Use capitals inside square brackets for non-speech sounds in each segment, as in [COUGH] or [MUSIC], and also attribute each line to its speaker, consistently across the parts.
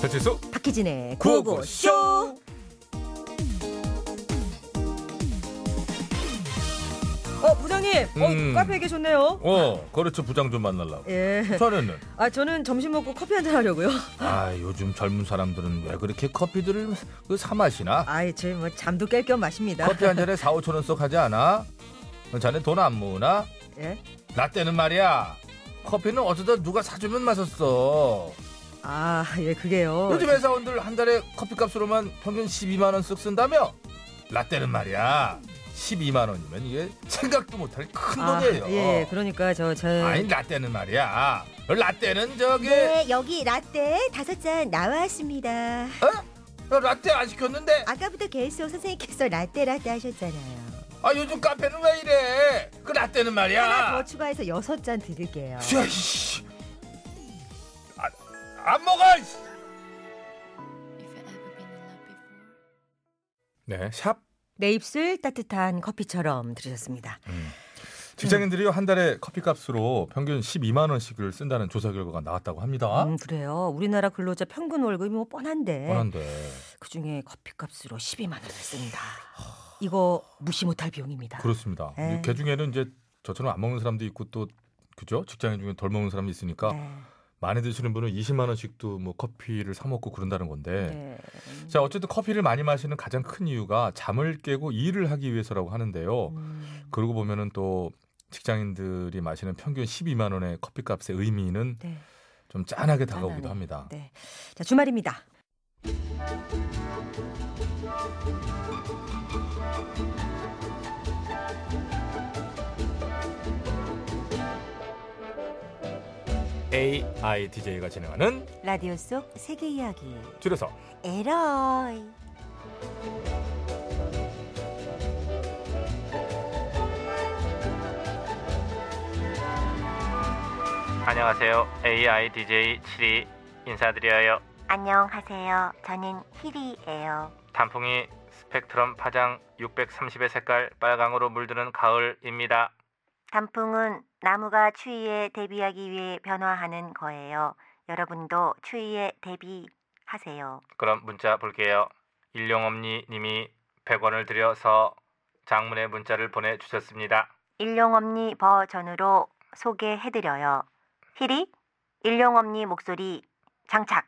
Speaker 1: 배칠수
Speaker 2: 박희진의 고고쇼.
Speaker 3: 어 부장님,
Speaker 1: 음.
Speaker 3: 어 카페에 계셨네요.
Speaker 1: 어 그렇죠 부장 좀 만나려고
Speaker 3: 예.
Speaker 1: 저는
Speaker 3: 아 저는 점심 먹고 커피 한잔 하려고요. [LAUGHS]
Speaker 1: 아 요즘 젊은 사람들은 왜 그렇게 커피들을 그 사 마시나
Speaker 3: 아이 저희 뭐 잠도 깰 겸 마십니다.
Speaker 1: 커피 한 잔에 4, 5천 원씩 하지 않아 자네 돈 안 모으나
Speaker 3: 예.
Speaker 1: 나 때는 말이야 커피는 어쩌다 누가 사주면 마셨어
Speaker 3: 아 예 그게요.
Speaker 1: 요즘 회사원들 한 달에 커피값으로만 평균 12만 원씩 쓴다며? 라떼는 말이야. 12만 원이면 이게 생각도 못할 큰
Speaker 3: 아,
Speaker 1: 돈이에요.
Speaker 3: 예 그러니까 저저
Speaker 1: 아니 라떼는 말이야. 라떼는 저기
Speaker 2: 네, 여기 라떼 다섯 잔 나왔습니다.
Speaker 1: 어? 라떼 안 시켰는데
Speaker 2: 아까부터 계속 선생님께서 라떼 라떼 하셨잖아요.
Speaker 1: 아 요즘 카페는 왜 이래? 그
Speaker 2: 하나
Speaker 1: 라떼는
Speaker 2: 더
Speaker 1: 말이야.
Speaker 2: 추가해서 여섯 잔 드릴게요.
Speaker 1: 야, 씨. 아, 안 먹어. 씨. 네, 샵
Speaker 3: 내 입술 따뜻한 커피처럼 들으셨습니다.
Speaker 2: 음.
Speaker 1: 직장인들이 한 달에 커피값으로 평균 12만 원씩을 쓴다는 조사 결과가 나왔다고 합니다.
Speaker 3: 음 그래요. 우리나라 근로자 평균 월급이 뭐
Speaker 2: 네.
Speaker 3: 뻔한데
Speaker 1: 뭐? 뻔한데
Speaker 3: 그 중에 커피값으로 12만 원을 씁니다. 이거 무시 못할 비용입니다.
Speaker 1: 그렇습니다.
Speaker 2: 네.
Speaker 3: 에이.
Speaker 1: 개 중에는 이제 저처럼 안 먹는 사람도 있고 또 그죠? 직장인 중에 덜 먹는 사람이 있으니까
Speaker 3: 네.
Speaker 1: 많이 드시는 분은 20만 원씩도 뭐 커피를 사 먹고 그런다는 건데.
Speaker 3: 네.
Speaker 1: 자 어쨌든 커피를 많이 마시는 가장 큰 이유가 잠을 깨고 일을 하기 위해서라고 하는데요.
Speaker 3: 음,
Speaker 1: 그러고 보면은 또 직장인들이 마시는 평균 12만 원의 커피값의 의미는
Speaker 3: 네.
Speaker 1: 좀 짠하게 다가오기도
Speaker 3: 짠하네.
Speaker 1: 합니다.
Speaker 3: 네. 자, 주말입니다.
Speaker 1: AI DJ가 진행하는
Speaker 2: 라디오 속 세계 이야기.
Speaker 1: 줄여서
Speaker 2: 에러이.
Speaker 4: 안녕하세요. AI DJ 7이 인사드려요.
Speaker 5: 안녕하세요. 저는 히리예요.
Speaker 4: 단풍이 스펙트럼 파장 630의 색깔 빨강으로 물드는 가을입니다.
Speaker 5: 단풍은 나무가 추위에 대비하기 위해 변화하는 거예요. 여러분도 추위에 대비하세요.
Speaker 4: 그럼 문자 볼게요. 일용엄니 님이 100원을 들여서 장문의 문자를 보내주셨습니다.
Speaker 5: 일용엄니 버전으로 소개해드려요. 히리, 일용엄니 목소리 장착.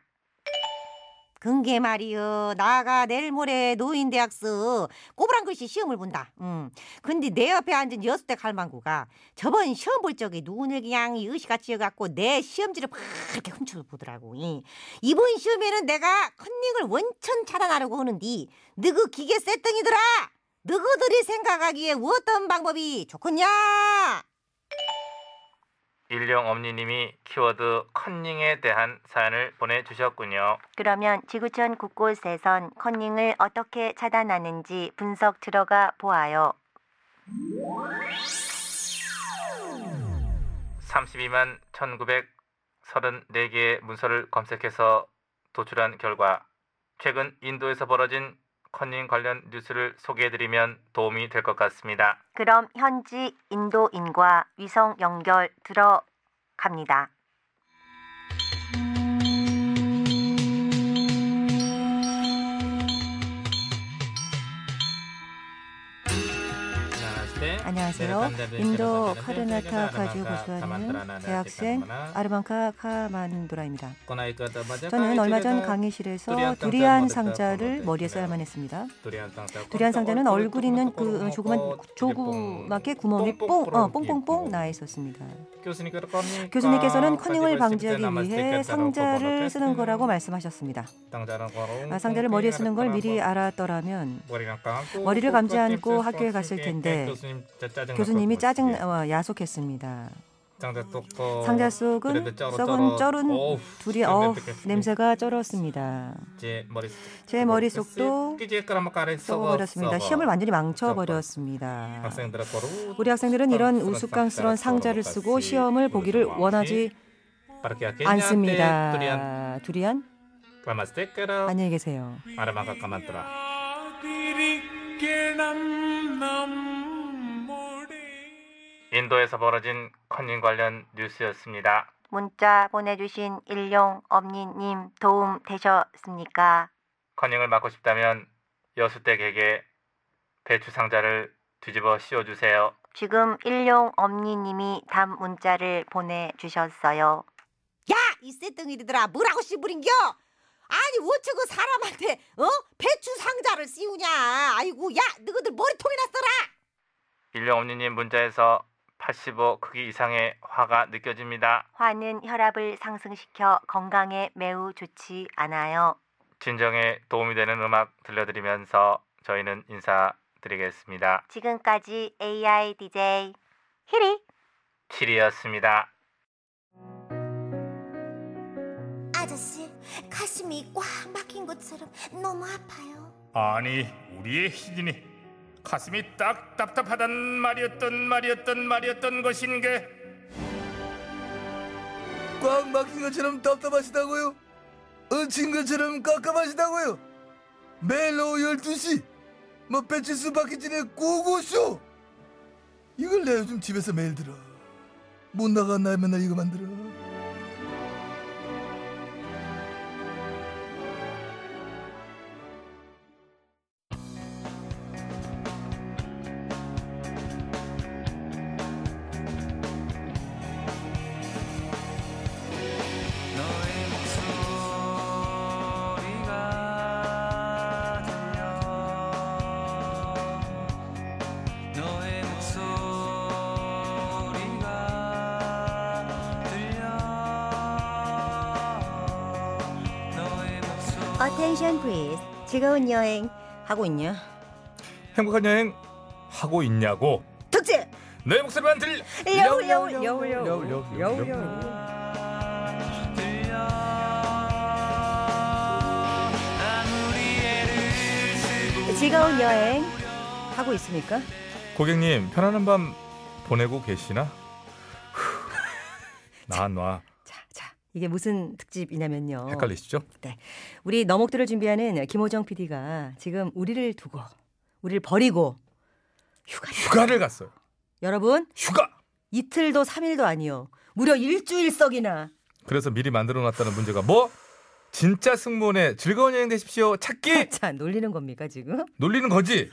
Speaker 6: 근게 말이여 나가 내일 모레 노인 대학서 꼬부랑 글씨 시험을 본다. 음. 근데 내 옆에 앉은 여수대 갈망구가 저번 시험 볼 적에 눈을 그냥 이 의식같이 여갖고 내 시험지를 막 이렇게 훔쳐보더라고. 이. 이번 시험에는 내가 컨닝을 원천 차단하려고 하는데 너그 기계 세팅이더라. 너희들이 생각하기에 어떤 방법이 좋겠냐?
Speaker 4: 일용엄니 님이 키워드 컨닝에 대한 사연을 보내주셨군요.
Speaker 5: 그러면 지구촌 곳곳에선 컨닝을 어떻게 차단하는지 분석 들어가 보아요.
Speaker 4: 32만 1934개의 문서를 검색해서 도출한 결과 최근 인도에서 벌어진 컨닝 관련 뉴스를 소개해드리면 도움이 될 것 같습니다.
Speaker 5: 그럼 현지 인도인과 위성 연결 들어갑니다.
Speaker 4: 네,
Speaker 5: 안녕하세요. 인도 카르나타 가지고 고수하는 대학생 아르방카 카만도라입니다. 저는 얼마 전 강의실에서 두리안 상자를 머리에 써야만 했습니다.
Speaker 4: 두리안
Speaker 5: 두리안
Speaker 4: 상자는 얼굴 있는 그
Speaker 5: 조그만
Speaker 4: 조그만
Speaker 5: 조그맣게 구멍이 뽕, 어, 뽕뽕뽕 나 있었습니다.
Speaker 4: 교수님께서는
Speaker 5: 교수님께서는
Speaker 4: 커닝을 방지하기 위해
Speaker 5: 상자를 쓰는 거라고
Speaker 4: 말.
Speaker 5: 말씀하셨습니다.
Speaker 4: 아,
Speaker 5: 아, 상자를 머리에 쓰는 걸 미리 아, 알았더라면
Speaker 4: 머리를 감지 않고 학교에 갔을 텐데
Speaker 5: 교수님이 짜증
Speaker 4: 나
Speaker 5: 어, 야속했습니다.
Speaker 4: 상자
Speaker 5: 상자
Speaker 4: 속
Speaker 5: 속은 썩은 쩔은 둘이 어 냄새가 쩔었습니다. 제 머릿속도 썩어버렸습니다. 시험을 완전히 망쳐버렸습니다. 우리 학생들은 이런 우스꽝스러운 상자를 쓰고 시험을 보기를 원하지 않습니다. 두리안
Speaker 4: 않습니다.
Speaker 5: 안녕히 계세요.
Speaker 4: 아르마가 까만더라. 인도에서 벌어진 컨닝 관련 뉴스였습니다.
Speaker 7: 문자 보내주신 일용 엄니님 도움 되셨습니까?
Speaker 4: 커닝을 막고 싶다면 여수댁에게 배추 상자를 뒤집어 씌워주세요.
Speaker 7: 지금 일용 엄니님이 답 문자를 보내주셨어요.
Speaker 5: 야, 이 쇳덩이들아, 뭐라고 씨부린겨? 아니, 어쩌고 사람한테 어? 배추 상자를 씌우냐? 아이고, 야, 너희들 머리통이나 써라.
Speaker 4: 일령 엄니님 문자에서 85 크기 이상의 화가 느껴집니다.
Speaker 7: 화는 혈압을 상승시켜 건강에 매우 좋지 않아요.
Speaker 4: 진정에 도움이 되는 음악 들려드리면서 저희는 인사드리겠습니다.
Speaker 7: 지금까지 AI DJ 히리.
Speaker 4: 7이었습니다.
Speaker 8: 아저씨 가슴이 꽉 막힌 것처럼 너무 아파요.
Speaker 1: 아니 우리의 희진이 가슴이 딱 답답하단 말이었던 말이었던 말이었던 것인게
Speaker 9: 꽉 막힌 것처럼 답답하시다고요? 얹힌 것처럼 깝깝하시다고요? 매일 오후 12시 뭐 배치수 박희진의 고고쇼 이걸 내가 요즘 집에서 매일 들어 못 나간 날 맨날 이거 만들어
Speaker 10: 어텐션 플리즈. 즐거운 여행.
Speaker 5: 하고 있냐?
Speaker 1: 행복한 여행 하고 있냐고
Speaker 10: 독재.
Speaker 1: 내 목소리만 들
Speaker 10: 여울 여울 여울 여울 여울 여울
Speaker 5: 즐거운 여행 하고 있습니까?
Speaker 1: 고객님 편안한 밤 보내고 계시나? 나와
Speaker 5: 자, 자, 이게 무슨 특집이냐면요.
Speaker 1: 헷갈리시죠?
Speaker 5: 우리 너목들을 준비하는 김호정 PD가 지금 우리를 두고 우리를 버리고 휴가.
Speaker 1: 휴가를 갔어요
Speaker 5: 여러분
Speaker 1: 휴가
Speaker 5: 이틀도 삼일도 아니요. 무려 일주일 석이나.
Speaker 1: 그래서 미리 만들어놨다는 문제가 뭐? 진짜 승무원의 즐거운 여행 되십시오 찾기
Speaker 5: 자, 놀리는 겁니까 지금?
Speaker 1: 놀리는 거지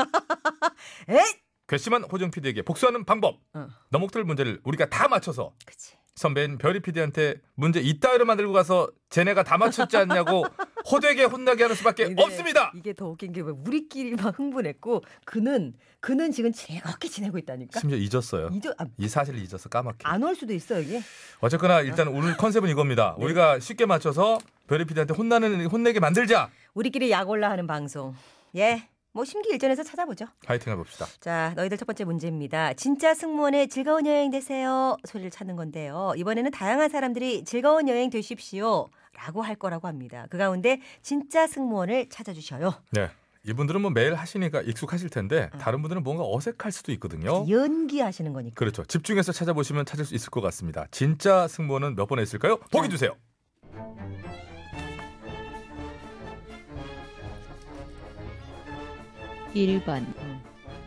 Speaker 5: 에?
Speaker 1: 괘씸한 호정 PD에게 복수하는 방법
Speaker 5: 어.
Speaker 1: 너목들 문제를 우리가 다 맞춰서
Speaker 5: 그치.
Speaker 1: 선배인 별이 PD한테 문제 이따위로 만들고 가서 쟤네가 다 맞췄지
Speaker 5: [LAUGHS]
Speaker 1: 않냐고 호되게 혼나게 하는 수밖에
Speaker 5: 근데
Speaker 1: 예, 없습니다.
Speaker 5: 이게 더 웃긴 게 왜 우리끼리만 흥분했고 그는 그는 지금 즐겁게 지내고 있다니까.
Speaker 1: 심지어 잊었어요.
Speaker 5: 이도
Speaker 1: 이 사실을 잊어서 까맣게.
Speaker 5: 안 올 수도 있어 여기.
Speaker 1: 어쨌거나 일단 오늘 컨셉은 이겁니다.
Speaker 5: 네.
Speaker 1: 우리가 쉽게 맞춰서 별이 PD한테 혼나는 혼내게 만들자.
Speaker 5: 우리끼리 약 올라하는 방송. 예. 뭐 심기일전에서 찾아보죠.
Speaker 1: 파이팅 해봅시다.
Speaker 5: 자, 너희들 첫 번째 문제입니다. 진짜 승무원의 즐거운 여행 되세요. 소리를 찾는 건데요. 이번에는 다양한 사람들이 즐거운 여행 되십시오. 라고 할 거라고 합니다. 그 가운데 진짜 승무원을 찾아주셔요.
Speaker 1: 네. 이분들은 뭐 매일 하시니까 익숙하실 텐데
Speaker 5: 어.
Speaker 1: 다른 분들은 뭔가 어색할 수도 있거든요.
Speaker 5: 연기하시는
Speaker 1: [LAUGHS]
Speaker 5: 거니까.
Speaker 1: 그렇죠. 집중해서 찾아보시면 찾을 수 있을 것 같습니다. 진짜 승부는 몇 번에 있을까요? 보기 주세요.
Speaker 11: 어.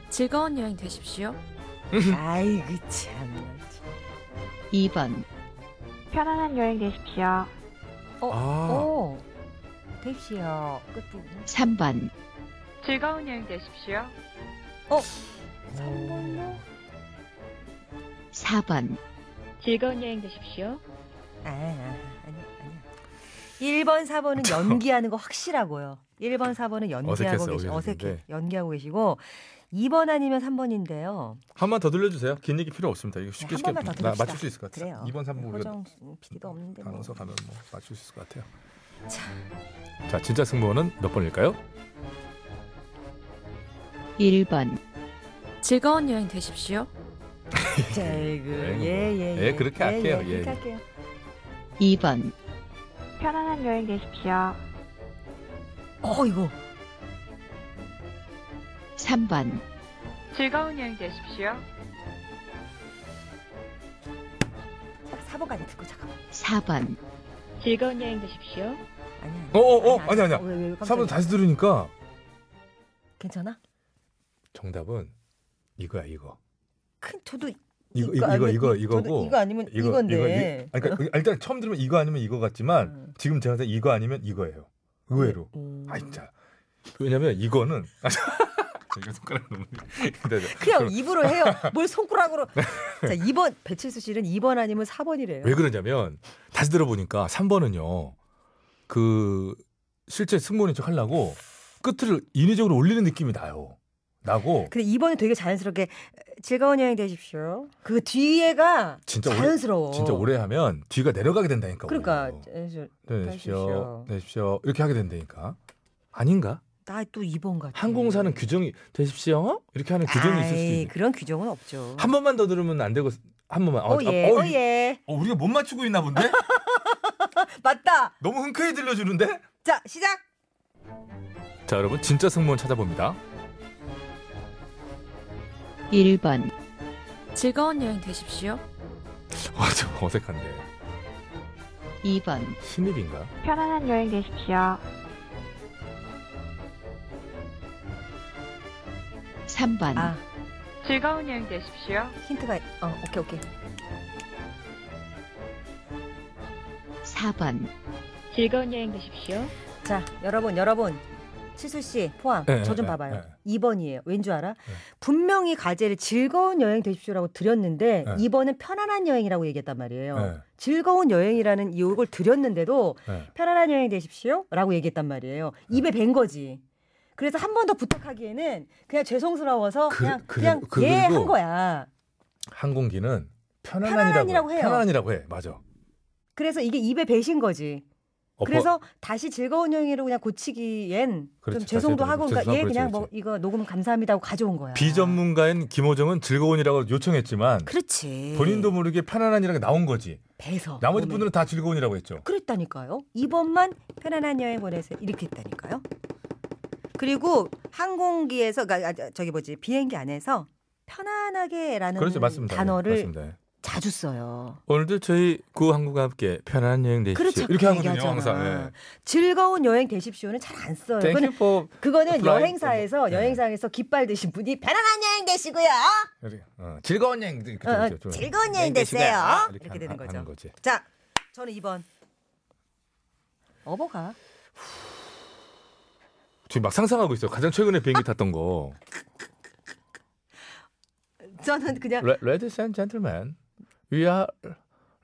Speaker 12: 즐거운 여행 되십시오.
Speaker 5: 아이고 참.
Speaker 11: 2번,
Speaker 8: 편안한 여행 되십시오.
Speaker 5: 어.
Speaker 1: 아,
Speaker 5: 오. 되시오. 끝부분.
Speaker 11: 3번,
Speaker 12: 즐거운 여행 되십시오.
Speaker 11: 4번,
Speaker 12: 즐거운 여행 되십시오.
Speaker 5: 아, 아니, 아니야. 1번, 4번은 연기하는 거 확실하고요. 1번, 4번은 연기하고
Speaker 1: 어색했어요,
Speaker 5: 계시 어색해.
Speaker 1: 어색했는데.
Speaker 5: 연기하고 계시고 2번 아니면 3번인데요.
Speaker 1: 한 번 더 들려주세요. 긴 얘기 필요 없습니다. 이거 쉽게
Speaker 5: 어, 한
Speaker 1: 쉽게
Speaker 5: 번만 더
Speaker 1: 나
Speaker 5: 들읍시다.
Speaker 1: 맞출 수 있을 것 같아요.
Speaker 5: 그래요.
Speaker 1: 2번 3번 우리가
Speaker 5: 호정 PD도 없는데 뭐.
Speaker 1: 나눠서 가면 뭐 맞출 수 있을 것 같아요.
Speaker 5: 자.
Speaker 1: 자, 진짜 승부는 몇 번일까요?
Speaker 11: 1번,
Speaker 12: 즐거운 여행 되십시오.
Speaker 5: [LAUGHS] 아이고,
Speaker 1: 예,
Speaker 5: 예, 예,
Speaker 1: 예, 그렇게 할게요. 예,
Speaker 5: 그렇게
Speaker 1: 예.
Speaker 5: 할게요.
Speaker 11: 2번,
Speaker 8: 편안한 여행 되십시오.
Speaker 5: 어, 이거
Speaker 11: 3번,
Speaker 12: 즐거운 여행 되십시오.
Speaker 5: 딱 4번까지 듣고 잠깐만.
Speaker 11: 4번,
Speaker 12: 즐거운 여행 되십시오.
Speaker 5: 아니야.
Speaker 1: 어, 어, 어, 아니야, 아니야.
Speaker 5: 왜, 왜, 왜 깜짝이야.
Speaker 1: 3번 다시 들으니까
Speaker 5: 괜찮아?
Speaker 1: 정답은 이거야, 이거.
Speaker 5: 큰 저도
Speaker 1: 이거
Speaker 5: 이거
Speaker 1: 이거 이거 이거
Speaker 5: 아니면 이-
Speaker 1: 이거고
Speaker 5: 저도 이거 아니면 이건데.
Speaker 1: 이- 아니, 그러니까 일단 처음 들으면 이거 아니면 이거 같지만 지금 제가 생각해 이거 아니면 이거예요. 의외로.
Speaker 5: 음.
Speaker 1: 아 진짜. 왜냐면 이거는 [LAUGHS] 아, 이거 손가락 너무. [LAUGHS] 네, 네.
Speaker 5: 그냥
Speaker 1: 그럼 네.
Speaker 5: 입으로
Speaker 1: [LAUGHS]
Speaker 5: 해요. 뭘 손가락으로. 자, 2번 배칠수 씨는 2번 아니면 4번이래요.
Speaker 1: 왜 그러냐면 다시 들어보니까 3번은요. 그 실제 승무원인 척 하려고 끝을 인위적으로 올리는 느낌이 나요. 나고
Speaker 5: 근데 2번은 되게 자연스럽게 즐거운 여행 되십시오. 그 뒤에가
Speaker 1: 진짜
Speaker 5: 자연스러워.
Speaker 1: 오래 진짜 오래 하면 뒤가 내려가게 된다니까.
Speaker 5: 그러니까
Speaker 1: 오히려.
Speaker 5: 자연스러-
Speaker 1: 네,
Speaker 5: 해주십시오.
Speaker 1: 내십시오. 내십시오. 이렇게 하게 된다니까. 아닌가?
Speaker 5: 나또 2번 같아.
Speaker 1: 항공사는 규정이 되십시오. 어? 이렇게 하는 규정이 있을 수도
Speaker 5: 음. 아이,
Speaker 1: 있는.
Speaker 5: 그런 규정은 없죠.
Speaker 1: 한 번만 더 들으면 안 되고 한 번만. 어,
Speaker 5: 오예,
Speaker 1: 어, 어,
Speaker 5: 오예.
Speaker 1: 어, 우리가 못 맞추고 있나
Speaker 5: [LAUGHS]
Speaker 1: 본데?
Speaker 5: 맞다.
Speaker 1: 너무 흔쾌히 들려주는데?
Speaker 5: 자, 시작.
Speaker 1: 자, 여러분 진짜 승무원 찾아봅니다. [LAUGHS]
Speaker 11: 1번,
Speaker 13: 즐거운 여행 되십시오.
Speaker 1: 와, 좀 어색한데.
Speaker 11: 2번,
Speaker 1: 신입인가?
Speaker 8: 편안한 여행 되십시오.
Speaker 11: 3번,
Speaker 5: 아,
Speaker 13: 즐거운 여행 되십시오.
Speaker 5: 힌트가 어, 오케이, 오케이.
Speaker 11: 4번,
Speaker 13: 즐거운 여행 되십시오.
Speaker 5: 자, 여러분, 여러분. 칠수 씨 포함
Speaker 1: 네,
Speaker 5: 저 좀
Speaker 1: 네,
Speaker 5: 봐봐요.
Speaker 1: 네.
Speaker 5: 2번이에요. 왠 줄 알아?
Speaker 1: 예.
Speaker 5: 분명히 과제를 즐거운 여행 되십시오라고 드렸는데
Speaker 1: 네.
Speaker 5: 2번은 편안한 여행이라고 얘기했단 말이에요.
Speaker 1: 네.
Speaker 5: 즐거운 여행이라는 이걸 드렸는데도
Speaker 1: 네.
Speaker 5: 편안한 여행 되십시오라고 얘기했단 말이에요. 입에 뱀 거지. 그래서 한 번 더 부탁하기에는 그냥 죄송스러워서
Speaker 1: 그-
Speaker 5: 그, 냥
Speaker 1: 그리-
Speaker 5: 그냥
Speaker 1: 그리고
Speaker 5: 예 한 거야.
Speaker 1: 항공기는
Speaker 5: 편안한이라고
Speaker 1: 편안한이라고
Speaker 5: 해요.
Speaker 1: 편안한이라고 해. 맞아.
Speaker 5: 그래서 이게 입에 배신 거지.
Speaker 1: 어,
Speaker 5: 그래서 다시 즐거운 여행으로 그냥 고치기엔
Speaker 1: 그렇지,
Speaker 5: 좀
Speaker 1: 다시
Speaker 5: 죄송도
Speaker 1: 해드리고
Speaker 5: 하고 그러니까
Speaker 1: 죄송하고
Speaker 5: 예
Speaker 1: 그렇지,
Speaker 5: 그냥 뭐 이거 녹음 감사합니다 하고 가져온 거야.
Speaker 1: 비전문가인 김호정은 즐거운이라고 요청했지만
Speaker 5: 그렇지.
Speaker 1: 본인도 모르게 편안한이라고 나온 거지.
Speaker 5: 배서.
Speaker 1: 나머지
Speaker 5: 몸에.
Speaker 1: 분들은 다 즐거운이라고 했죠.
Speaker 5: 그랬다니까요. 이번만 편안한 여행 보내세요. 이렇게 했다니까요. 그리고 항공기에서 그러니까 아, 저기 뭐지 비행기 안에서 편안하게라는
Speaker 1: 그렇죠, 맞습니다. 네,
Speaker 5: 단어를
Speaker 1: 맞습니다.
Speaker 5: 자주 써요.
Speaker 1: 오늘도 저희 구항과 함께 편안한 여행 되십시오.
Speaker 5: 그렇죠.
Speaker 1: 네, 이렇게
Speaker 5: 그
Speaker 1: 하거든요,
Speaker 5: 얘기하잖아.
Speaker 1: 항상. 예.
Speaker 5: 즐거운 여행 되십시오는 잘 안 써요.
Speaker 1: Thank you
Speaker 5: 그거는,
Speaker 1: for
Speaker 5: 그거는
Speaker 1: flying.
Speaker 5: 여행사에서
Speaker 1: 네.
Speaker 5: 여행사에서 깃발 드신 분이 편안한 여행 되시고요.
Speaker 1: 이렇게, 어, 즐거운 여행 이렇게
Speaker 5: 어, 어,
Speaker 1: 되죠. 좀.
Speaker 5: 즐거운 여행 되세요.
Speaker 1: 되시고요.
Speaker 5: 이렇게
Speaker 1: 하는-
Speaker 5: 되는 거죠.
Speaker 1: 하는 거지.
Speaker 5: 자, 저는 2번. 어버가.
Speaker 1: 지금 막 상상하고 있어요. 가장 최근에 비행기 탔던 거.
Speaker 5: 저는 그냥
Speaker 1: 레- Ladies and gentlemen, we are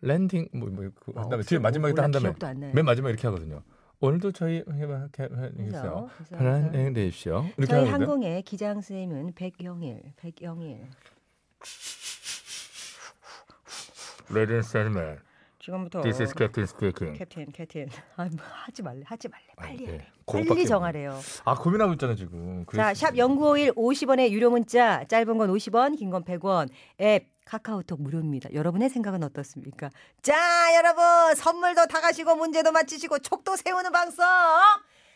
Speaker 1: landing. 뭐, 뭐, 그,
Speaker 5: 아,
Speaker 1: 한다음에
Speaker 5: 없어요.
Speaker 1: 제일 마지막에
Speaker 5: 몰라,
Speaker 1: 딱 한다음에
Speaker 5: 기억도 안 나요.
Speaker 1: 맨 마지막 에 이렇게 하거든요. 오늘도 저희 이렇게 해주세요.
Speaker 5: 그래서, 그래서,
Speaker 1: 편안한
Speaker 5: 그래서.
Speaker 1: 여행 되십시오. 이렇게
Speaker 5: 저희
Speaker 1: 하거든요.
Speaker 5: 항공의 기장 선생님은 백영일, 백영일.
Speaker 1: Ladies and gentlemen,
Speaker 5: 지금부터
Speaker 1: this is Captain speaking.
Speaker 5: 캡틴, 캡틴. [LAUGHS] 아, 뭐 하지 말래, 하지 말래, 빨리
Speaker 1: 아, 네.
Speaker 5: 하래.
Speaker 1: 그거밖에
Speaker 5: 빨리
Speaker 1: 없네.
Speaker 5: 정하래요.
Speaker 1: 아 고민하고 있잖아 지금.
Speaker 5: 자, 샵 0951 50원의 유료 문자, 짧은 건 50원, 긴 건 100원. 앱 카카오톡 무료입니다. 여러분의 생각은 어떻습니까? 자, 여러분 선물도 다 가시고 문제도 맞히시고 촉도 세우는 방송.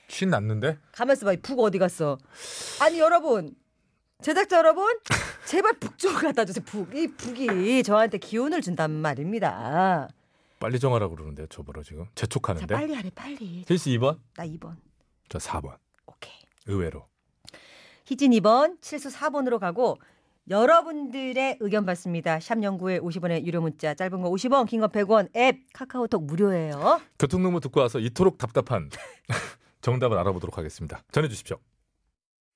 Speaker 1: 쉰 났는데?
Speaker 5: 가만있어 봐. 북 어디 갔어? 아니 여러분 제작자 여러분 제발 북 좀 갖다 주세요. 북이 북이 저한테 기운을 준단 말입니다.
Speaker 1: 빨리 정하라 고 그러는데 저 뭐라 지금
Speaker 5: 자
Speaker 1: 재촉하는데.
Speaker 5: 빨리 하래 빨리.
Speaker 1: 힐스 2번,
Speaker 5: 나 2번.
Speaker 1: 저 4번.
Speaker 5: 오케이.
Speaker 1: 의외로.
Speaker 5: 희진 2번, 칠수 4번으로 가고 여러분들의 의견 받습니다. 샵 연구에 50원의 유료 문자, 짧은 거 50원, 긴 거 100원, 앱 카카오톡 무료예요. 네,
Speaker 1: 교통정보 듣고 와서 이토록 답답한 [LAUGHS] 정답을 알아보도록 하겠습니다. 전해주십시오.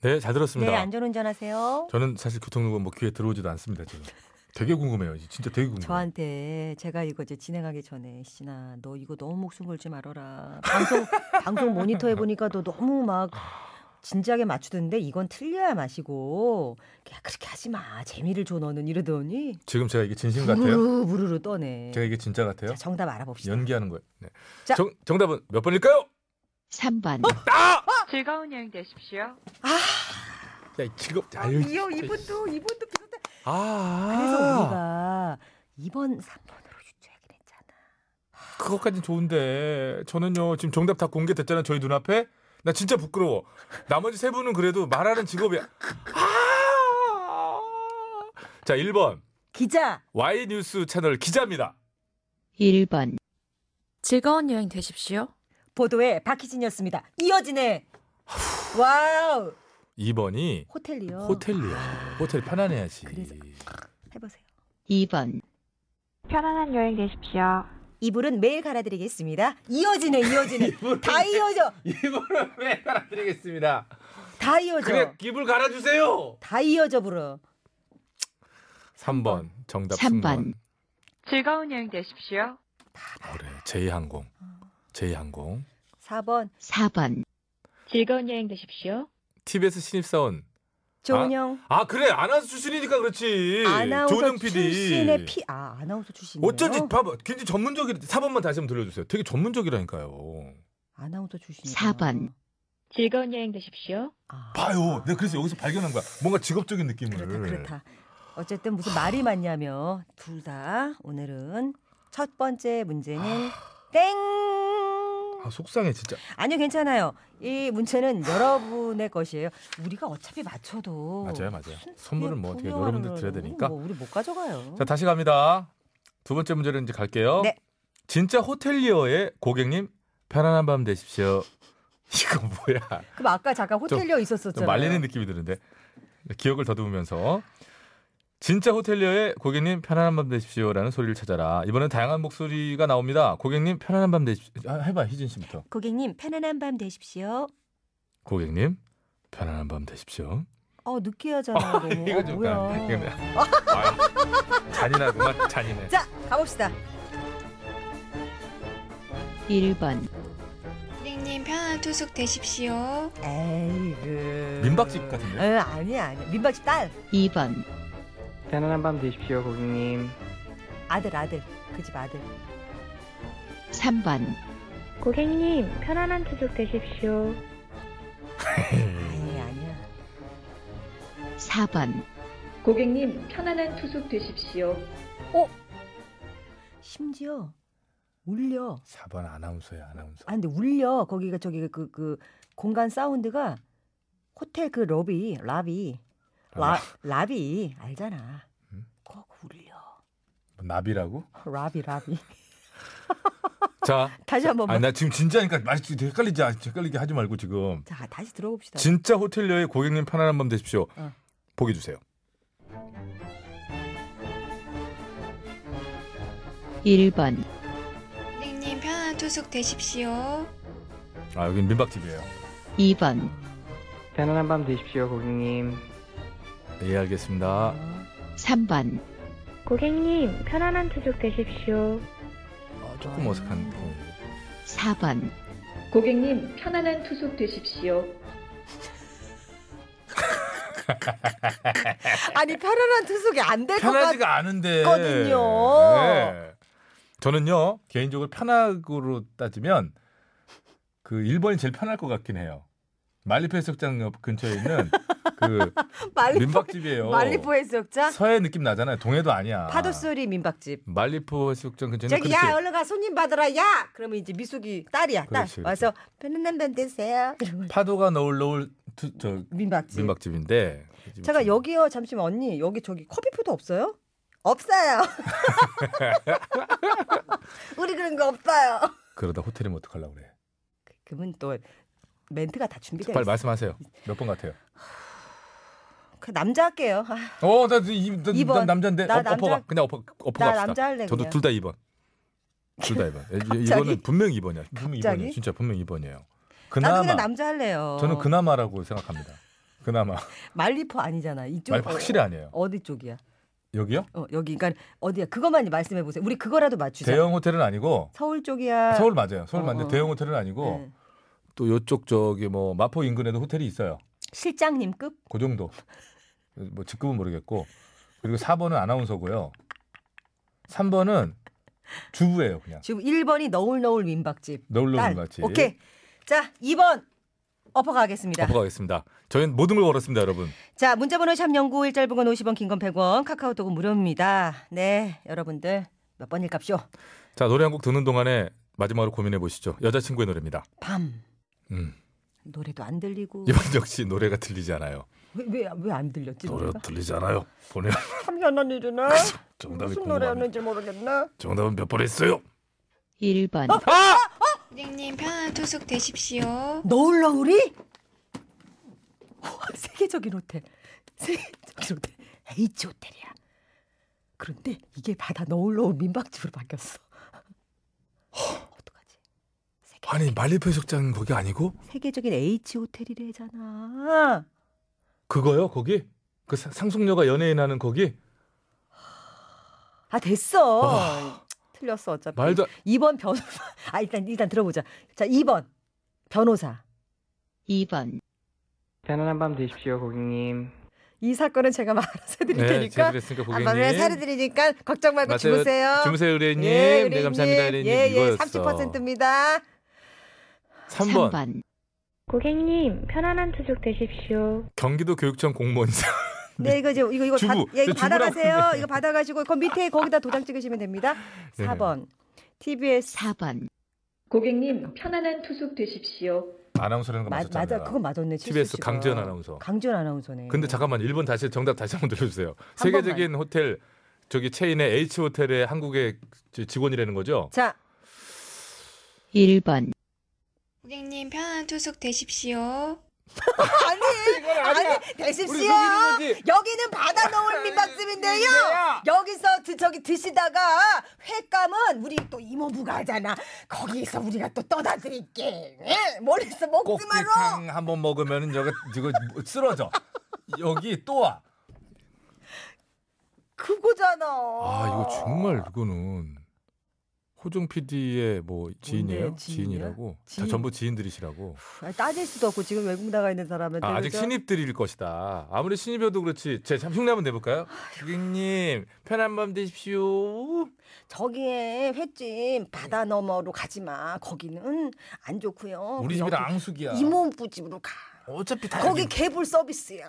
Speaker 1: 네, 잘 들었습니다.
Speaker 5: 네, 안전운전 하세요.
Speaker 1: 저는 사실 교통정보 뭐 귀에 들어오지도 않습니다 지금. 되게 궁금해요. 진짜 되게 궁금해요.
Speaker 5: 저한테 제가 이거 이제 진행하기 전에 신아 너 이거 너무 목숨 걸지 말아라
Speaker 1: [LAUGHS]
Speaker 5: 방송 방송 모니터 해보니까 너 너무 막 진지하게 맞추던데 이건 틀려야 마시고 야, 그렇게 하지 마 재미를 줘 너는 이러더니
Speaker 1: 지금 제가 이게 진심 같아요?
Speaker 5: 무르르 무르르 떠네
Speaker 1: 제가 이게 진짜 같아요?
Speaker 5: 자, 정답 알아봅시다
Speaker 1: 연기하는 거예요. 네.
Speaker 5: 자.
Speaker 1: 정, 정답은 몇 번일까요?
Speaker 12: 어?
Speaker 11: 3번,
Speaker 13: 즐거운 여행 되십시오.
Speaker 1: 야, 지금 네, 아유.
Speaker 5: 이어 이분도 이분도 비슷해
Speaker 1: 아.
Speaker 5: 그래서 우리가 2번 3번으로 주최하긴 했잖아
Speaker 1: 그것까진 좋은데 저는요 지금 정답 다 공개됐잖아요 저희 눈앞에 나 진짜 부끄러워 나머지 세 분은 그래도 말하는 직업이 아~ 자 1번
Speaker 5: 기자
Speaker 1: Y 뉴스 채널 기자입니다
Speaker 11: 1번,
Speaker 13: 즐거운 여행 되십시오.
Speaker 5: 보도에 박희진이었습니다 이어지네 와우
Speaker 1: 2번이
Speaker 5: 호텔이요
Speaker 1: 호텔이요 호텔 편안해야지
Speaker 5: 그래서- 해보세요.
Speaker 11: 2번,
Speaker 8: 편안한 여행 되십시오.
Speaker 5: 이불은 매일 갈아드리겠습니다. 이어지네, 이어지네. 다 이어져,
Speaker 1: 이불을 왜 갈아드리겠습니다.
Speaker 5: 다 이어져,
Speaker 1: 그래 이불 갈아주세요.
Speaker 5: 다 이어져 불어.
Speaker 14: 3번 정답
Speaker 11: 3번,
Speaker 13: 즐거운 여행 되십시오.
Speaker 14: 그래 제2항공 제2항공
Speaker 5: 4번
Speaker 11: 4번,
Speaker 13: 즐거운 여행 되십시오.
Speaker 14: TBS 신입사원
Speaker 5: 조은영
Speaker 14: 아 그래 아나운서 출신이니까
Speaker 1: 예,
Speaker 14: 그렇지
Speaker 5: 아나운서
Speaker 14: 조은영 PD
Speaker 5: 출신의 피, 아 아나운서 출신이요.
Speaker 14: 어쩐지 봐봐 굉장히 전문적이 4번만 다시 한번 들려주세요 되게 전문적이라니까요
Speaker 5: 아나운서 출신이.
Speaker 11: 4번,
Speaker 13: 즐거운 여행 되십시오.
Speaker 1: 봐요. 내가 그래서 여기서 발견한 거야. 뭔가 직업적인 느낌을.
Speaker 5: 그렇다, 그렇다. 어쨌든 무슨 말이 맞냐며 둘 다 오늘은 첫 번째 문제는 땡.
Speaker 1: 아 속상해 진짜.
Speaker 5: 아니요 괜찮아요. 이 문제는 여러분의 것이에요. 우리가 어차피 맞춰도
Speaker 14: 맞아요 맞아요 선물은 뭐 어떻게
Speaker 5: 투명한
Speaker 14: 여러분들 드려야
Speaker 5: 걸로
Speaker 14: 되니까
Speaker 5: 뭐 우리 못 가져가요.
Speaker 14: 자 다시 갑니다. 두 번째 문제로 이제 갈게요.
Speaker 5: 네.
Speaker 14: 진짜 호텔리어의 고객님 편안한 밤 되십시오. [LAUGHS] 이거 뭐야?
Speaker 5: 그럼 아까 잠깐
Speaker 14: 좀-
Speaker 5: 호텔리어
Speaker 14: 좀
Speaker 5: 있었었잖아요.
Speaker 14: 말리는 느낌이 드는데 기억을 더듬으면서 진짜 호텔리어의 고객님 편안한 밤 되십시오라는 소리를 찾아라. 이번엔 다양한 목소리가 나옵니다. 고객님 편안한 밤 되십시오. 아, 해봐 희진 씨부터.
Speaker 2: 고객님 편안한 밤 되십시오.
Speaker 14: 고객님 편안한 밤 되십시오.
Speaker 5: 어 느끼하잖아 너무.
Speaker 14: 이거
Speaker 5: 어,
Speaker 14: 좀
Speaker 5: 뭐야.
Speaker 14: 아, 이거 뭐야. 아, 잔인하구만 잔인해.
Speaker 5: 자 가봅시다.
Speaker 11: 1번,
Speaker 15: 고객님 편안한 투숙 되십시오.
Speaker 5: 에이 그.
Speaker 14: 민박집 같은데?
Speaker 5: 에, 아니야 아니야 민박집 딸
Speaker 11: 2번,
Speaker 16: 편안한 밤 되십시오, 고객님.
Speaker 5: 아들 아들 그 집 아들.
Speaker 11: 3번,
Speaker 8: 고객님, 편안한 투숙 되십시오.
Speaker 5: 아니 아니야.
Speaker 11: 4번,
Speaker 13: 고객님 편안한 투숙 되십시오.
Speaker 5: 심지어 울려.
Speaker 1: 4번 아나운서야 아나운서.
Speaker 5: 아 근데 울려 거기가 저기 그 그 공간 사운드가 호텔 그 로비 라비 라 라비 알잖아.
Speaker 14: 음?
Speaker 5: 그거 울려
Speaker 1: 뭐, 나비라고?
Speaker 5: 라비 라비.
Speaker 14: 자
Speaker 5: 다시 한번
Speaker 1: 아니 나 지금 진짜니까 말이 지금 헷갈리지 않- 헷갈리게 하지 말고 지금.
Speaker 5: 자 다시 들어봅시다.
Speaker 14: 진짜 호텔리어의 고객님 편안한 밤 되십시오.
Speaker 5: 어.
Speaker 14: 보기 주세요.
Speaker 11: 1번,
Speaker 15: 고객님 편안한 투숙 되십시오.
Speaker 14: 아 여긴 민박집이에요.
Speaker 11: 2번,
Speaker 16: 편안한 밤 되십시오, 고객님.
Speaker 14: 예 알겠습니다.
Speaker 5: 음,
Speaker 11: 3번,
Speaker 8: 고객님, 편안한 투숙 되십시오.
Speaker 14: 아, 조금 어색한
Speaker 5: 음.
Speaker 14: 부분이에요.
Speaker 11: 4번,
Speaker 13: 고객님 편안한 투숙 되십시오.
Speaker 5: 아니 편안한 투숙이 안 될 것 같.
Speaker 1: 편하지가 않은데.
Speaker 5: 거든요.
Speaker 1: 네. 저는요 개인적으로 편하고로 따지면 그 1번이 제일 편할 것 같긴 해요. 말리포 해수욕장 옆 근처에 있는
Speaker 5: [LAUGHS]
Speaker 1: 그
Speaker 5: 말리포-
Speaker 1: 민박집이에요.
Speaker 5: 말리포 해수욕장
Speaker 1: 서해 느낌 나잖아요. 동해도 아니야.
Speaker 5: 파도 소리 민박집.
Speaker 14: 말리포 해수욕장 근처에
Speaker 5: 저기
Speaker 14: 그렇게
Speaker 5: 야 얼른 가 손님 받으라 야. 그러면 이제 미숙이 딸이야 딸
Speaker 14: 그렇지, 그렇지.
Speaker 5: 와서 편안한 밤 되세요. 이러고
Speaker 14: 파도가 너울 너울 투- 저
Speaker 5: 민박집.
Speaker 14: 민박집인데
Speaker 5: 제가 여기요 잠시만 언니 여기 저기 커피포도 없어요?
Speaker 14: [LAUGHS]
Speaker 5: 없어요. 우리 그런 거 없어요.
Speaker 1: 그러다 호텔이면 어떡하려고 그래.
Speaker 5: 그분 또 멘트가 다 준비돼
Speaker 14: 빨리
Speaker 5: 있어.
Speaker 14: 말씀하세요. 몇 번
Speaker 5: [LAUGHS]
Speaker 14: 같아요?
Speaker 5: 그 남자 할게요. 아,
Speaker 1: 어, 나, 이, 나,
Speaker 5: 이번.
Speaker 1: 나 남자인데
Speaker 5: 나
Speaker 1: 엎- 엎어봐.
Speaker 5: 남자-
Speaker 14: 그냥 엎어 엎어
Speaker 5: 나
Speaker 14: 갑시다.
Speaker 5: 남자 할래,
Speaker 14: 저도
Speaker 5: 그냥.
Speaker 14: 둘 다 2번. 둘 다 2번. 이-
Speaker 5: 갑자기?
Speaker 14: 이거는 분명 2번이야. 분명
Speaker 5: 갑자기?
Speaker 14: 2번이야. 진짜 분명 2번이에요.
Speaker 5: 나도
Speaker 1: 그나마
Speaker 5: 그냥 남자 할래요.
Speaker 1: 저는 그나마라고 생각합니다. 그나마
Speaker 5: 말리포 아니잖아. 이쪽
Speaker 1: 말 확실히 아니에요.
Speaker 5: 어디 쪽이야?
Speaker 1: 여기요?
Speaker 5: 어, 여기 그러니까 어디야? 그것만 말씀해 보세요. 우리 그거라도 맞추자.
Speaker 1: 대형 호텔은 아니고
Speaker 5: 서울 쪽이야.
Speaker 1: 서울 맞아요. 서울
Speaker 5: 어,
Speaker 1: 맞는데
Speaker 5: 어.
Speaker 1: 대형 호텔은 아니고
Speaker 5: 네.
Speaker 1: 또 요쪽 저기 뭐 마포 인근에도 호텔이 있어요.
Speaker 5: 실장님급?
Speaker 1: 그 정도. 뭐 직급은 모르겠고 그리고 4번은 아나운서고요. 3번은 주부예요, 그냥.
Speaker 5: 지금 1번이 너울너울 민박집.
Speaker 1: 널널
Speaker 5: 딸.
Speaker 1: 같이.
Speaker 5: 오케이. 자, 2번 엎어 가겠습니다.
Speaker 14: 엎어 가겠습니다. 저희는 모든 걸 걸었습니다, 여러분.
Speaker 5: 자, 문자번호 샵 09, 일절 부근 50원, 긴 건 100원, 카카오톡은 무료입니다. 네, 여러분들 몇 번일까쇼?
Speaker 14: 자, 노래 한 곡 듣는 동안에 마지막으로 고민해 보시죠. 여자친구의 노래입니다.
Speaker 5: 밤.
Speaker 14: 음.
Speaker 5: 노래도 안 들리고.
Speaker 14: 이번 역시 노래가 들리지 않아요.
Speaker 5: 왜왜 안 들렸지?
Speaker 14: 노래가
Speaker 5: 노래가?
Speaker 14: 들리지 않아요. 보내
Speaker 5: 참견한 일이네.
Speaker 14: 정답이
Speaker 5: 무슨
Speaker 14: 궁금합니다.
Speaker 5: 노래였는지 모르겠네.
Speaker 14: 정답은 몇 번 했어요?
Speaker 11: 1번,
Speaker 15: 고객님 편안한 투숙 되십시오.
Speaker 5: 너울너울이? 세계적인 호텔. 세계적인 호텔. H 호텔이야. 그런데 이게 바다 너울너울 민박집으로 바뀌었어.
Speaker 17: 아니 말리표 해적장 거기 아니고?
Speaker 5: 세계적인 H 호텔이래잖아.
Speaker 1: 그거요 거기 그 사- 상속녀가 연예인하는 거기
Speaker 5: 아 됐어.
Speaker 1: 아.
Speaker 5: 틀렸어 어차피.
Speaker 1: 말도 안-
Speaker 5: 2번 변호사. [LAUGHS] 아 일단 일단 들어보자. 자 2번 변호사.
Speaker 18: 2번
Speaker 4: 편안한 밤 되십시오, 고객님.
Speaker 5: 이 사건은 제가 알아서 해드릴
Speaker 1: 네,
Speaker 5: 테니까.
Speaker 1: 제가 드렸으니까
Speaker 5: 아,
Speaker 1: 고객님.
Speaker 5: 말을 사드리니까 걱정 말고
Speaker 1: 맞아요.
Speaker 5: 주무세요.
Speaker 1: 주무세요, 의뢰인님. 네,
Speaker 5: 예, 의뢰인님.
Speaker 1: 감사합니다, 의뢰인님.
Speaker 5: 예, 예,
Speaker 1: 이거였어.
Speaker 5: 30%입니다.
Speaker 1: 3번,
Speaker 7: 고객님, 편안한 투숙 되십시오.
Speaker 1: 경기도 교육청 공무원이세요
Speaker 5: 네, 이거 이제 이거 이거 받,
Speaker 1: 주부.
Speaker 5: 예, 이거
Speaker 1: 저 주부라고
Speaker 5: 받아가세요.
Speaker 1: [LAUGHS] 했네.
Speaker 5: 이거 받아가시고 그 밑에 거기다 도장 찍으시면 됩니다.
Speaker 1: 네.
Speaker 5: 4번 TBS
Speaker 18: 4번
Speaker 19: 고객님 편안한 투숙 되십시오.
Speaker 1: 네. 아나운서라는 거
Speaker 5: 맞,
Speaker 1: 맞췄잖아요
Speaker 5: 맞아, 그건 맞았네.
Speaker 1: TBS
Speaker 5: 칠수 씨가.
Speaker 1: 강지연 아나운서
Speaker 5: 강지연 아나운서네.
Speaker 1: 근데 잠깐만 1번 다시 정답 다시 음. 한번 들려주세요 세계적인 호텔 저기 체인의 H 호텔의 한국의 지- 직원이라는 거죠
Speaker 5: 자
Speaker 18: 1번
Speaker 11: 고객님 편안한 투숙 되십시오.
Speaker 1: [LAUGHS]
Speaker 5: 아니, 되십시오. 여기는
Speaker 1: [LAUGHS]
Speaker 5: 바다
Speaker 1: 네,
Speaker 5: 너울 민박집인데요. 여기서 드, 저기 드시다가 횟감은 우리 또 이모부가 하잖아. 거기서 우리가 또 떠다 드릴게. 예? 멀리서 먹지 마라.
Speaker 1: 꼭지탕 한번 먹으면 여기 이거 쓰러져 여기 또와
Speaker 5: 그거잖아.
Speaker 1: 아 이거 정말 이거는 호종 PD의 뭐 지인이에요?
Speaker 5: 뭔데, 지인이야?
Speaker 1: 지인이라고
Speaker 5: 지인.
Speaker 1: 다 전부 지인들이시라고
Speaker 5: 아니, 따질 수도 없고 지금 외국 나가 있는 사람한테
Speaker 1: 아, 직
Speaker 5: 그죠?
Speaker 1: 신입들일 것이다. 아무리 신입이어도 그렇지. 제참 흉내 한번 내볼까요? 고객님 편한 밤 되십시오.
Speaker 5: 저기에 횟집 바다 너머로 가지 마. 거기는 안 좋고요.
Speaker 1: 우리 집이라
Speaker 5: 여기
Speaker 1: 앙숙이야.
Speaker 5: 이모부 집으로 가.
Speaker 1: 어차피 다
Speaker 5: 거기
Speaker 1: 여기-
Speaker 5: 개불 서비스야.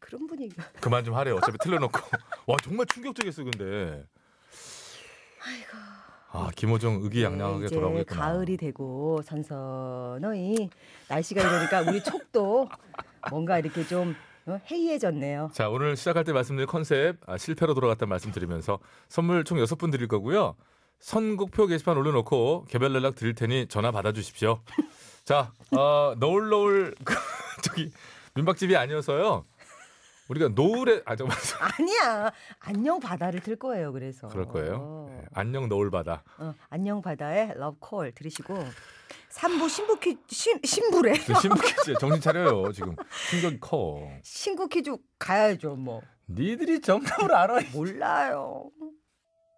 Speaker 5: 그런 분위기.
Speaker 1: 그만 좀 하래. 요 어차피 틀려놓고. [LAUGHS] 와 정말 충격적이었어 근데. 아이고. 아 김호정 의기양양하게
Speaker 5: 네, 이제
Speaker 1: 돌아오겠구나.
Speaker 5: 가을이 되고 선선히 날씨가 이러니까 우리 촉도 뭔가 이렇게 좀 어, 해이해졌네요.
Speaker 1: 자 오늘 시작할 때 말씀드린 컨셉 아, 실패로 돌아갔다 말씀드리면서 선물 총 여섯 분 드릴 거고요. 선곡표 게시판 올려놓고 개별 연락 드릴 테니 전화 받아주십시오. 자 어, 너울 너울 [LAUGHS] 저기 민박집이 아니어서요. 우리가 노을에 아 잠깐만
Speaker 5: 아니야. 안녕 바다를 들 거예요. 그래서.
Speaker 1: [LAUGHS] 그럴 거예요. 네, 안녕 너울 바다.
Speaker 5: 어, 안녕 바다의 러브콜 들으시고 삼부 신부 퀴 신, 신부래. [LAUGHS]
Speaker 1: 네, 신부 퀴즈 정신 차려요 지금 충격이 커.
Speaker 5: 신부 퀴즈 가야죠 뭐.
Speaker 1: 니들이 정답을 알아.
Speaker 5: 몰라요.